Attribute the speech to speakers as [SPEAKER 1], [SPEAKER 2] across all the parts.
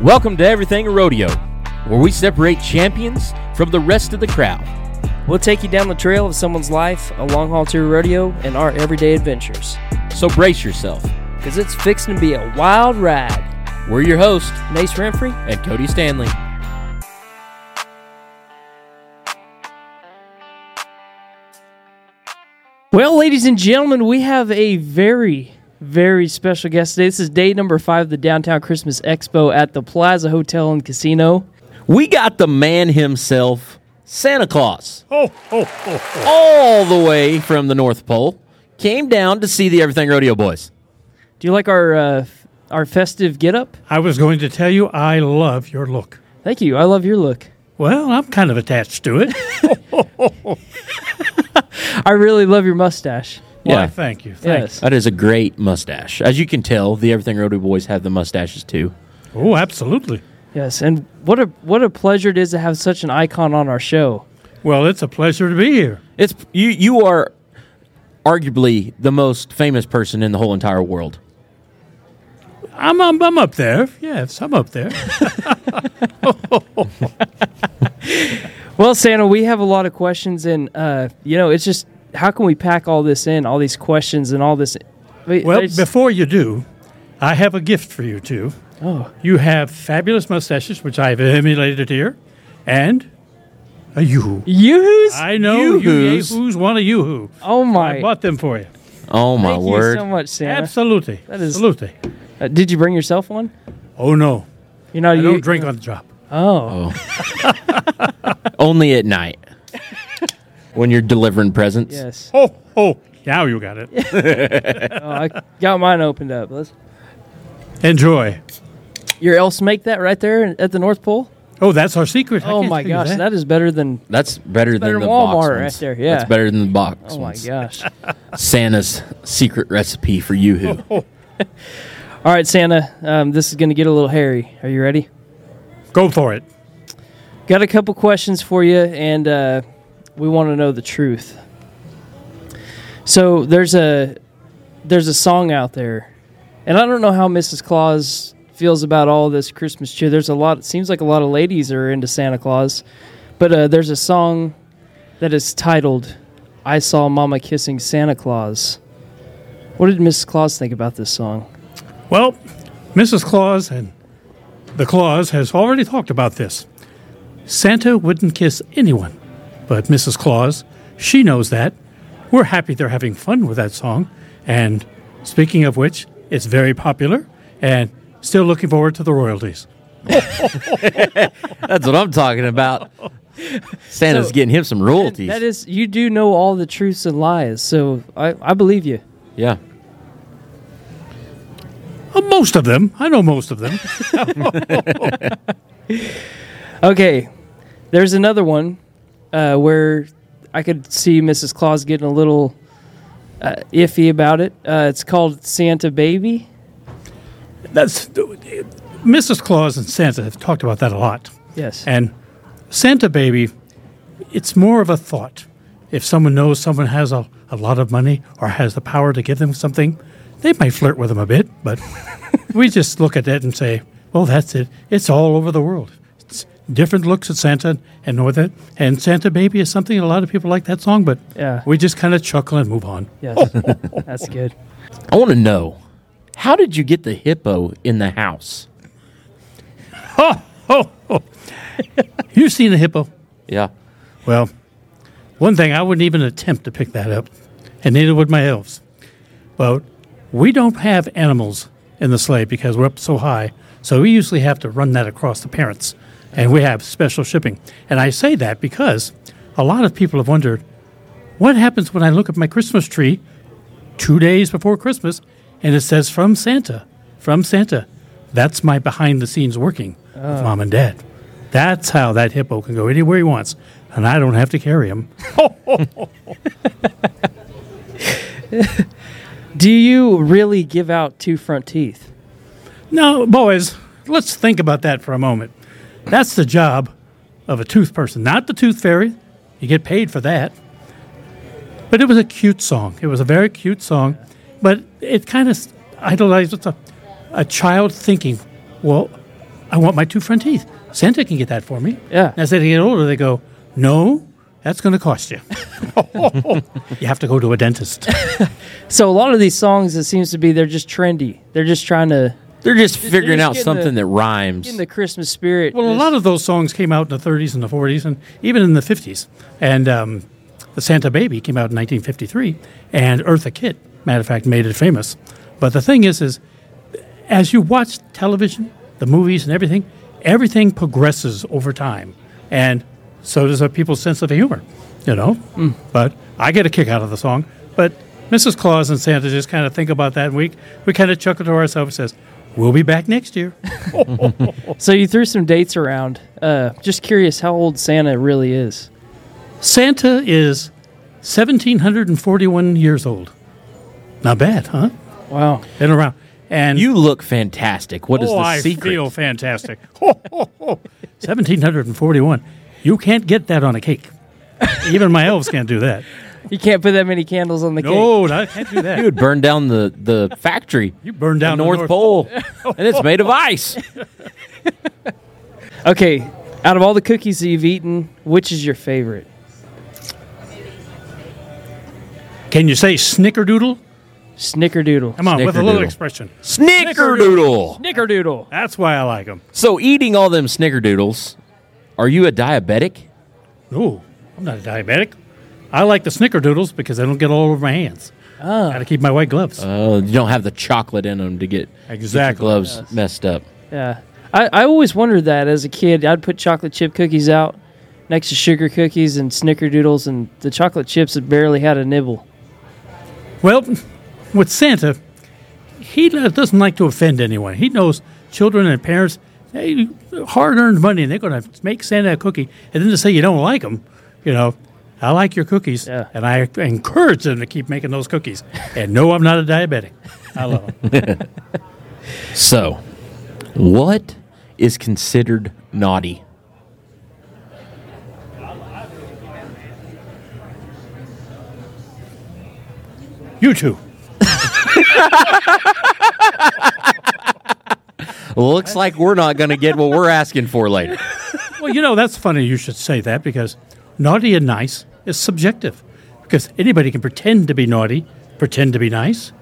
[SPEAKER 1] Welcome to Everything Rodeo, where we separate champions from the rest of the crowd.
[SPEAKER 2] We'll take you down the trail of someone's life, a long haul tour rodeo, and our everyday adventures.
[SPEAKER 1] So brace yourself.
[SPEAKER 2] Because it's fixing to be a wild ride.
[SPEAKER 1] We're your hosts
[SPEAKER 2] Nace Renfrey,
[SPEAKER 1] and Cody Stanley.
[SPEAKER 2] Well, ladies and gentlemen, we have a very, very special guest today. This is day number five of the Downtown Christmas Expo at the Plaza Hotel and Casino.
[SPEAKER 3] We got the man himself, Santa Claus. All the way from the North Pole. Came down to see the Everything Rodeo Boys.
[SPEAKER 2] Do you like our uh, f- our festive getup?
[SPEAKER 4] I was going to tell you I love your look.
[SPEAKER 2] Thank you. I love your look.
[SPEAKER 4] Well, I'm kind of attached to it.
[SPEAKER 2] I really love your mustache.
[SPEAKER 4] Why, thank you. Thanks.
[SPEAKER 2] Yes.
[SPEAKER 3] That is a great mustache. As you can tell, the Everything Rodeo Boys have the mustaches too.
[SPEAKER 4] Oh, absolutely.
[SPEAKER 2] Yes, and what a what a pleasure it is to have such an icon on our show.
[SPEAKER 4] Well, it's a pleasure to be here.
[SPEAKER 3] It's you you are arguably the most famous person in the whole entire world.
[SPEAKER 4] I'm, I'm, I'm up there. Yes, I'm up there.
[SPEAKER 2] Well, Santa, we have a lot of questions, and uh, you know, it's just how can we pack all this in, all these questions, and all this. we-
[SPEAKER 4] well,
[SPEAKER 2] it's-
[SPEAKER 4] before you do, I have a gift for you two.
[SPEAKER 2] oh,
[SPEAKER 4] You have fabulous mustaches, which I've emulated here, and a yoo-hoo.
[SPEAKER 2] yoohoo's!
[SPEAKER 4] I know
[SPEAKER 3] Yoo-hoos.
[SPEAKER 4] you who's want a yoo-hoo.
[SPEAKER 2] oh my!
[SPEAKER 4] I bought them for you.
[SPEAKER 3] Oh my
[SPEAKER 2] Thank
[SPEAKER 3] word.
[SPEAKER 2] you so much, Santa.
[SPEAKER 4] Absolutely.
[SPEAKER 2] That is-
[SPEAKER 4] Absolutely.
[SPEAKER 2] Uh, did you bring yourself one?
[SPEAKER 4] Oh, no.
[SPEAKER 2] You're not.
[SPEAKER 4] I
[SPEAKER 2] you,
[SPEAKER 4] don't drink on the job.
[SPEAKER 2] Oh,
[SPEAKER 3] Only at night. when you're delivering presents.
[SPEAKER 2] yes.
[SPEAKER 4] Oh, oh, now you got it.
[SPEAKER 2] Oh, I got mine opened up. Let's,
[SPEAKER 4] Enjoy.
[SPEAKER 2] your else make that right there at the North Pole.
[SPEAKER 4] Oh, that's our secret. I
[SPEAKER 2] Oh
[SPEAKER 4] can't
[SPEAKER 2] my
[SPEAKER 4] tell you
[SPEAKER 2] gosh,
[SPEAKER 4] that.
[SPEAKER 2] that is better than.
[SPEAKER 3] That's better,
[SPEAKER 2] better
[SPEAKER 3] than the
[SPEAKER 2] than
[SPEAKER 3] box
[SPEAKER 2] Walmart right
[SPEAKER 3] ones.
[SPEAKER 2] there, yeah.
[SPEAKER 3] That's better than the box
[SPEAKER 2] Oh my
[SPEAKER 3] ones.
[SPEAKER 2] gosh!
[SPEAKER 3] Santa's secret recipe for yoo-hoo.
[SPEAKER 2] All right, Santa, um, this is going to get a little hairy. Are you ready?
[SPEAKER 4] Go for it.
[SPEAKER 2] Got a couple questions for you, and uh, we want to know the truth. So there's a there's a song out there, and I don't know how Mrs. Claus feels about all this Christmas cheer. There's a lot. It seems like a lot of ladies are into Santa Claus, but uh, there's a song that is titled "I Saw Mama Kissing Santa Claus." What did Mrs. Claus think about this song?
[SPEAKER 4] Well, Mrs. Claus and the Claus has already talked about this. Santa wouldn't kiss anyone, but Mrs. Claus, she knows that. We're happy they're having fun with that song. And speaking of which, it's very popular and still looking forward to the royalties.
[SPEAKER 3] That's what I'm talking about. Santa's
[SPEAKER 2] So-
[SPEAKER 3] getting him some royalties.
[SPEAKER 2] That is, you do know all the truths and lies, so I, I believe you.
[SPEAKER 3] yeah.
[SPEAKER 4] Uh, most of them. I know most of them.
[SPEAKER 2] Okay, there's another one uh, where I could see Mrs. Claus getting a little uh, iffy about it. Uh, it's called Santa Baby.
[SPEAKER 4] That's Mrs. Claus and Santa have talked about that a lot.
[SPEAKER 2] Yes.
[SPEAKER 4] And Santa Baby, it's more of a thought. If someone knows someone has a, a lot of money or has the power to give them something, they might flirt with them a bit, but we just look at it and say, well, that's it. It's all over the world. It's different looks at Santa and know that. And Santa Baby is something a lot of people like that song, but
[SPEAKER 2] Yeah.
[SPEAKER 4] we just kind of chuckle and move on.
[SPEAKER 2] yes. That's good.
[SPEAKER 3] I want to know how did you get the hippo in the house?
[SPEAKER 4] You've seen a hippo.
[SPEAKER 3] Yeah.
[SPEAKER 4] Well, one thing I wouldn't even attempt to pick that up, and neither would my elves. But we don't have animals in the sleigh because we're up so high, so we usually have to run that across the parents, and we have special shipping. And I say that because a lot of people have wondered what happens when I look at my Christmas tree two days before Christmas and it says from Santa, from Santa. That's my behind the scenes working with mom and dad. That's how that hippo can go anywhere he wants, and I don't have to carry him.
[SPEAKER 2] Do you really give out two front teeth?
[SPEAKER 4] Now, boys, let's think about that for a moment. That's the job of a tooth person, not the tooth fairy. You get paid for that. But it was a cute song. It was a very cute song, but it kind of idolized a, a child thinking, well, I want my two front teeth. Santa can get that for me.
[SPEAKER 2] Yeah.
[SPEAKER 4] As they get older, they go, no, that's going to cost you. you have to go to a dentist.
[SPEAKER 2] So a lot of these songs, it seems to be they're just trendy. They're just trying to
[SPEAKER 3] They're just figuring
[SPEAKER 2] just
[SPEAKER 3] out
[SPEAKER 2] getting
[SPEAKER 3] something
[SPEAKER 2] the-
[SPEAKER 3] that rhymes.
[SPEAKER 2] get in the Christmas spirit.
[SPEAKER 4] Well, a
[SPEAKER 2] Just-
[SPEAKER 4] lot of those songs came out in the 30s and the 40s and even in the 50s. And um, The Santa Baby came out in 1953, and Eartha Kitt, matter of fact, made it famous. But the thing is, is as you watch television, the movies, and everything, everything progresses over time. And so does our people's sense of humor, you know? But I get a kick out of the song. But Mrs. Claus and Santa just kind of think about that week. We kind of chuckle to ourselves and says, We'll be back next year.
[SPEAKER 2] So you threw some dates around. Uh, just curious how old Santa really is.
[SPEAKER 4] Santa is 1741 years old. Not bad, huh?
[SPEAKER 2] Wow.
[SPEAKER 4] Been around. And
[SPEAKER 3] you look fantastic. What is
[SPEAKER 4] oh,
[SPEAKER 3] the
[SPEAKER 4] I
[SPEAKER 3] secret?
[SPEAKER 4] feel fantastic. Ho, ho, ho. 1741. You can't get that on a cake. Even my elves can't do that.
[SPEAKER 2] You can't put that many candles on the cake.
[SPEAKER 4] No, I can't do
[SPEAKER 3] You
[SPEAKER 4] that.
[SPEAKER 3] would burn down the, the factory.
[SPEAKER 4] You burn
[SPEAKER 3] the
[SPEAKER 4] down the
[SPEAKER 3] North, Pole, and it's made of ice.
[SPEAKER 2] Okay. Out of all the cookies that you've eaten, which is your favorite?
[SPEAKER 4] Can you say snickerdoodle?
[SPEAKER 2] Snickerdoodle.
[SPEAKER 4] Come on, with a
[SPEAKER 3] Snickerdoodle.
[SPEAKER 4] little expression.
[SPEAKER 3] Snickerdoodle.
[SPEAKER 2] Snickerdoodle.
[SPEAKER 4] That's why I like them.
[SPEAKER 3] So eating all them snickerdoodles, are you a diabetic?
[SPEAKER 4] No, I'm not a diabetic. I like the snickerdoodles because they don't get all over my hands. Oh. Gotta keep my white gloves.
[SPEAKER 3] Oh, you don't have the chocolate in them to get get your
[SPEAKER 4] Exactly.
[SPEAKER 3] gloves messed up.
[SPEAKER 2] Yeah. I, I always wondered that as a kid. I'd put chocolate chip cookies out next to sugar cookies and snickerdoodles, and the chocolate chips had barely had a nibble.
[SPEAKER 4] Well, with Santa, he doesn't like to offend anyone. He knows children and parents, they hard earned money, and they're going to make Santa a cookie. And then to say you don't like them, you know, I like your cookies,
[SPEAKER 2] Yeah.
[SPEAKER 4] and I encourage them to keep making those cookies. and no, I'm not a diabetic. I love 'em.
[SPEAKER 3] So, what is considered naughty?
[SPEAKER 4] you too.
[SPEAKER 3] Looks like we're not going to get what we're asking for later.
[SPEAKER 4] Well, you know, that's funny you should say that because naughty and nice is subjective because anybody can pretend to be naughty, pretend to be nice.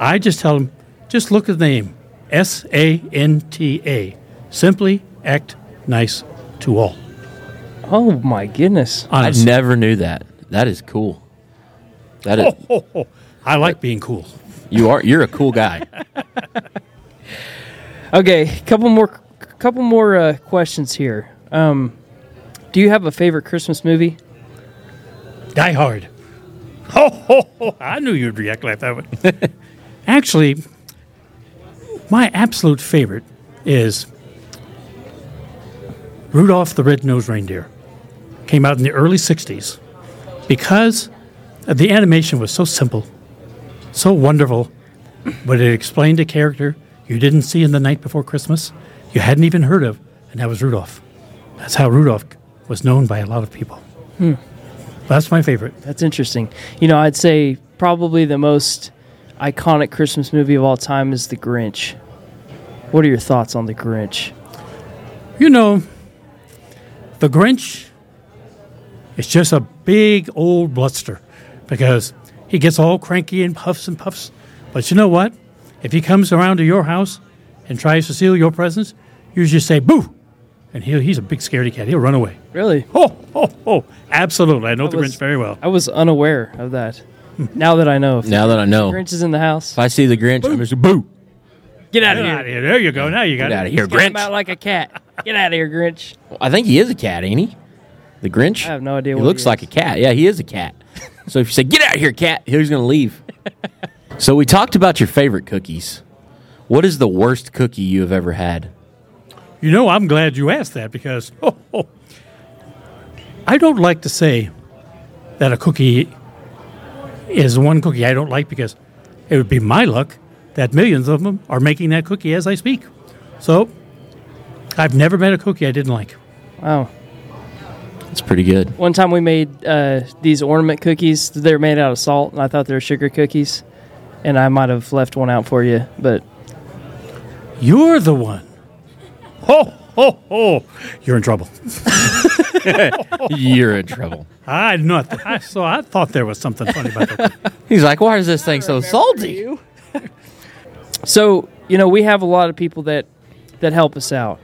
[SPEAKER 4] I just tell them, just look at the name S A N T A. Simply act nice to all.
[SPEAKER 2] Oh my goodness.
[SPEAKER 3] I
[SPEAKER 4] Honest.
[SPEAKER 3] never knew that. That is cool. That
[SPEAKER 2] Oh.
[SPEAKER 3] is
[SPEAKER 4] Ho, ho. I like being cool.
[SPEAKER 3] you are you're a cool guy.
[SPEAKER 2] Okay, couple more, couple more uh, questions here. Um, do you have a favorite Christmas movie?
[SPEAKER 4] Die hard. Oh, Ho, ho, ho. I knew you'd react like that one. Actually, my absolute favorite is Rudolph the Red-Nosed Reindeer. Came out in the early 60s. Because the animation was so simple, so wonderful, but it explained a character you didn't see in The Night Before Christmas, you hadn't even heard of, and that was Rudolph. That's how Rudolph was known by a lot of people. That's my favorite.
[SPEAKER 2] That's interesting. You know, I'd say probably the most iconic Christmas movie of all time is The Grinch. What are your thoughts on The Grinch?
[SPEAKER 4] You know, the Grinch is just a big old bluster because he gets all cranky and puffs and puffs. But you know what? If he comes around to your house and tries to steal your presents, you just say boo, and he'll, he's a big scaredy cat. He'll run away.
[SPEAKER 2] Really,
[SPEAKER 4] Oh, oh, oh! Absolutely, I know the
[SPEAKER 2] was-
[SPEAKER 4] Grinch very well.
[SPEAKER 2] I was unaware of that. now that I know, if
[SPEAKER 3] Now that I know,
[SPEAKER 2] The
[SPEAKER 3] if
[SPEAKER 2] Grinch is in the house,
[SPEAKER 3] I see the Grinch, I'm just boo.
[SPEAKER 2] get out
[SPEAKER 4] Get
[SPEAKER 2] of
[SPEAKER 4] out of
[SPEAKER 2] here!
[SPEAKER 4] here. There you go. Now you got
[SPEAKER 3] Get
[SPEAKER 4] it.
[SPEAKER 3] out of here,
[SPEAKER 2] Get him out
[SPEAKER 3] Grinch.
[SPEAKER 2] like a cat. Get out of here, Grinch.
[SPEAKER 3] I think he is a cat, ain't he? The Grinch.
[SPEAKER 2] I have no idea
[SPEAKER 3] He
[SPEAKER 2] what
[SPEAKER 3] looks
[SPEAKER 2] he
[SPEAKER 3] like a
[SPEAKER 2] is.
[SPEAKER 3] cat. Yeah, he is a cat. so if you say "Get out of here, cat," he's going to leave. so we talked about your favorite cookies. What is the worst cookie you have ever had?
[SPEAKER 4] You know, I'm glad you asked that because oh, oh. I don't like to say that a cookie is one cookie I don't like because it would be my luck that millions of them are making that cookie as I speak. So I've never met a cookie I didn't like.
[SPEAKER 2] Wow.
[SPEAKER 3] It's pretty good.
[SPEAKER 2] One time we made uh, these ornament cookies. They're made out of salt, and I thought they were sugar cookies. And I might have left one out for you, but
[SPEAKER 4] You're the one. Ho, ho, ho, you're in trouble.
[SPEAKER 3] You're in trouble.
[SPEAKER 4] I not. I so I thought there was something funny about that.
[SPEAKER 3] He's like, why is this thing so salty?
[SPEAKER 2] So you know we have a lot of people that that help us out,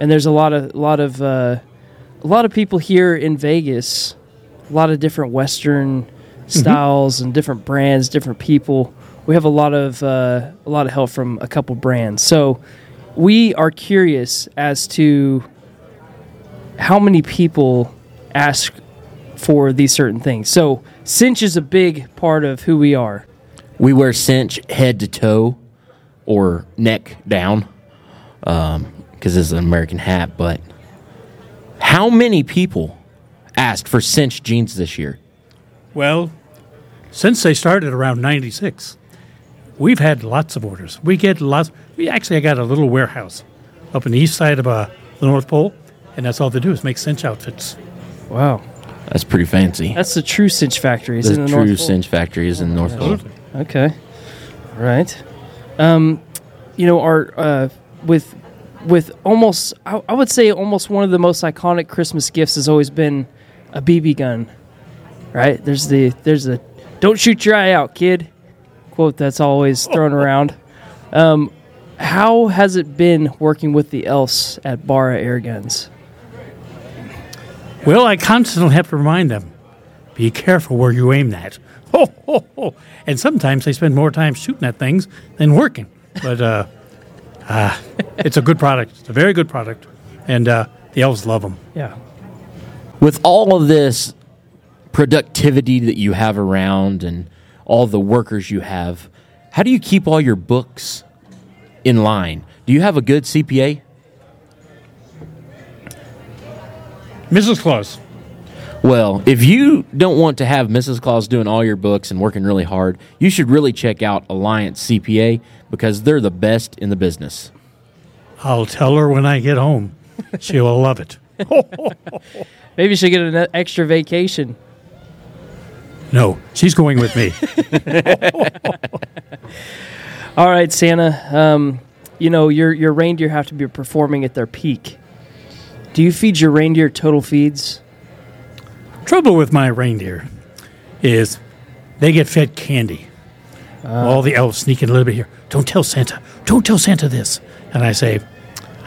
[SPEAKER 2] and there's a lot of lot of uh, a lot of people here in Vegas, a lot of different Western styles and different brands, different people. We have a lot of uh, a lot of help from a couple brands. So we are curious as to how many people ask for these certain things. So cinch is a big part of who we are.
[SPEAKER 3] We wear cinch head to toe or neck down because this is an American hat. But how many people asked for cinch jeans this year?
[SPEAKER 4] Well, since they started around 96, we've had lots of orders. We get lots. We actually got a little warehouse up in the east side of uh, the North Pole, and that's all they do is make cinch outfits.
[SPEAKER 2] Wow.
[SPEAKER 3] That's pretty fancy.
[SPEAKER 2] That's the true cinch factory. It's
[SPEAKER 3] the
[SPEAKER 2] in the
[SPEAKER 3] true
[SPEAKER 2] North Pole.
[SPEAKER 3] cinch factory is in North Pole.
[SPEAKER 2] Okay. All right. Um, you know, our uh, with with almost I, I would say almost one of the most iconic Christmas gifts has always been a BB gun. Right? There's the there's the don't shoot your eye out, kid quote that's always thrown around. Um, how has it been working with the elves at Barra Air Guns?
[SPEAKER 4] Well, I constantly have to remind them, be careful where you aim that. Ho, ho, ho. And sometimes they spend more time shooting at things than working. But uh, uh, it's a good product. It's a very good product. And uh, the elves love them.
[SPEAKER 2] Yeah.
[SPEAKER 3] with all of this productivity that you have around and all the workers you have, how do you keep all your books in line? Do you have a good CPA?
[SPEAKER 4] Mrs. Claus,
[SPEAKER 3] Well, if you don't want to have Mrs. Claus doing all your books and working really hard, you should really check out Alliance CPA because they're the best in the business.
[SPEAKER 4] I'll tell her when I get home. She will love it.
[SPEAKER 2] Maybe she'll get an extra vacation.
[SPEAKER 4] No, she's going with me.
[SPEAKER 2] All right, Santa. Um, you know your your reindeer have to be performing at their peak. Do you feed your reindeer total feeds?
[SPEAKER 4] Trouble with my reindeer is they get fed candy. All the elves sneak in a little bit here. Don't tell Santa. Don't tell Santa this. And I say,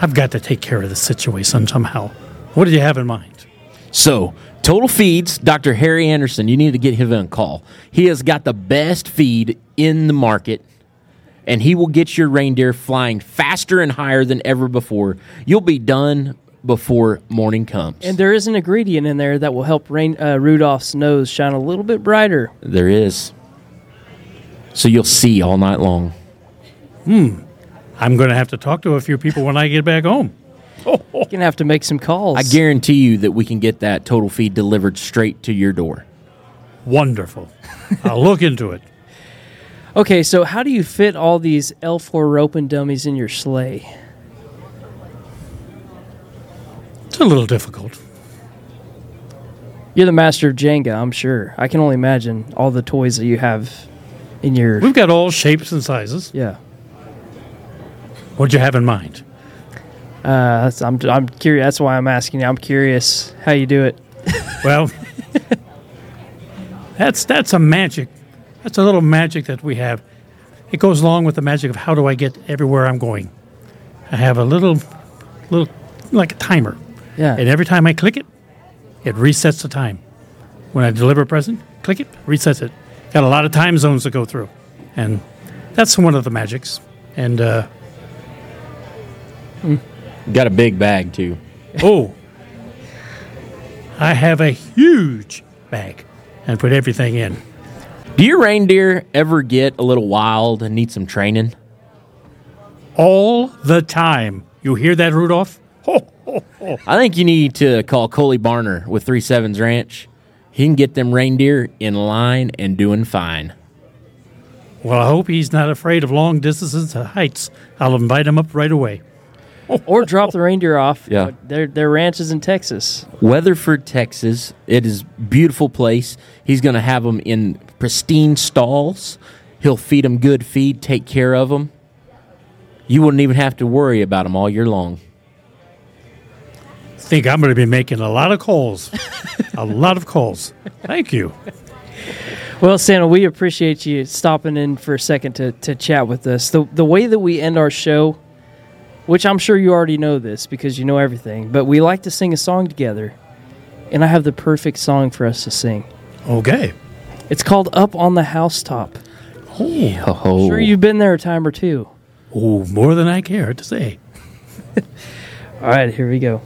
[SPEAKER 4] I've got to take care of this situation somehow. What did you have in mind?
[SPEAKER 3] So, Total Feeds, Dr. Harry Anderson, you need to get him on call. He has got the best feed in the market, and he will get your reindeer flying faster and higher than ever before. You'll be done before morning comes.
[SPEAKER 2] And there is an ingredient in there that will help rain, uh, Rudolph's nose shine a little bit brighter.
[SPEAKER 3] there is. So, you'll see all night long.
[SPEAKER 4] I'm going to have to talk to a few people when I get back home.
[SPEAKER 2] You're gonna have to make some calls.
[SPEAKER 3] I guarantee you that we can get that Total Feed delivered straight to your door.
[SPEAKER 4] Wonderful. I'll look into it.
[SPEAKER 2] Okay, so how do you fit all these L4 rope and dummies in your sleigh?
[SPEAKER 4] It's a little difficult.
[SPEAKER 2] You're the master of Jenga, I'm sure. I can only imagine all the toys that you have in your.
[SPEAKER 4] We've got all shapes and sizes.
[SPEAKER 2] Yeah,
[SPEAKER 4] What did you have in mind?
[SPEAKER 2] uh, that's, I'm I'm curious. That's why I'm asking you. I'm curious how you do it.
[SPEAKER 4] Well, that's that's a magic. That's a little magic that we have. It goes along with the magic of how do I get everywhere I'm going. I have a little, little like a timer,
[SPEAKER 2] Yeah.
[SPEAKER 4] and every time I click it, it resets the time. When I deliver a present, click it, resets it. Got a lot of time zones to go through, and that's one of the magics. And uh,
[SPEAKER 3] Got a big bag, too.
[SPEAKER 4] oh, I have a huge bag and put everything in.
[SPEAKER 3] Do your reindeer ever get a little wild and need some training?
[SPEAKER 4] all the time. You hear that, Rudolph?
[SPEAKER 3] I think you need to call Coley Barner with Three Sevens Ranch. He can get them reindeer in line and doing fine.
[SPEAKER 4] Well, I hope he's not afraid of long distances and heights. I'll invite him up right away.
[SPEAKER 2] or drop the reindeer off.
[SPEAKER 3] Yeah.
[SPEAKER 2] Uh, their their ranch is in Texas.
[SPEAKER 3] Weatherford, Texas. It is beautiful place. He's going to have them in pristine stalls. He'll feed them good feed, take care of them. You wouldn't even have to worry about them all year long.
[SPEAKER 4] think I'm going to be making a lot of calls. a lot of calls. Thank you.
[SPEAKER 2] Well, Santa, we appreciate you stopping in for a second to, to chat with us. The, the way that we end our show, which I'm sure you already know this because you know everything, but we like to sing a song together. And I have the perfect song for us to sing.
[SPEAKER 4] Okay.
[SPEAKER 2] It's called Up on the Housetop.
[SPEAKER 4] Oh,
[SPEAKER 3] Oh,
[SPEAKER 2] Sure, you've been there a time or two.
[SPEAKER 4] oh, more than I care to say.
[SPEAKER 2] All right, here we go.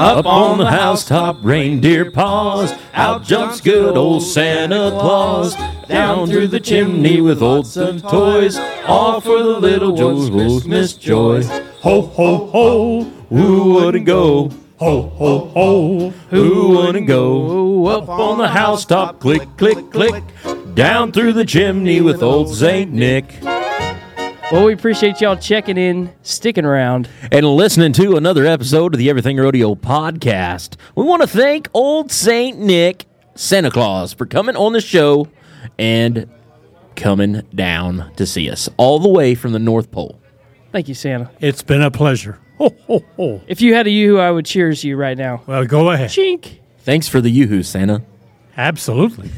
[SPEAKER 3] Up on the housetop, reindeer paws. Out jumps good old Santa Claus. Down through the chimney with old some toys. All for the little Joe's Christmas joy.
[SPEAKER 4] Ho, ho, ho.
[SPEAKER 3] Who wouldn't go?
[SPEAKER 4] Ho, ho, ho.
[SPEAKER 3] Who wouldn't go?
[SPEAKER 2] Oh, up.
[SPEAKER 3] Up on the housetop, click, click, click. Down through the chimney with old Saint Nick.
[SPEAKER 2] Well, we appreciate y'all checking in, sticking around.
[SPEAKER 3] and listening to another episode of the Everything Rodeo podcast. We want to thank old Saint Nick Santa Claus for coming on the show and coming down to see us all the way from the North Pole.
[SPEAKER 2] Thank you, Santa.
[SPEAKER 4] It's been a pleasure. Ho, ho, ho.
[SPEAKER 2] If you had a yoo-hoo, I would cheers you right now.
[SPEAKER 4] Well, go ahead.
[SPEAKER 2] Chink.
[SPEAKER 3] Thanks for the yoo-hoo, Santa.
[SPEAKER 4] Absolutely.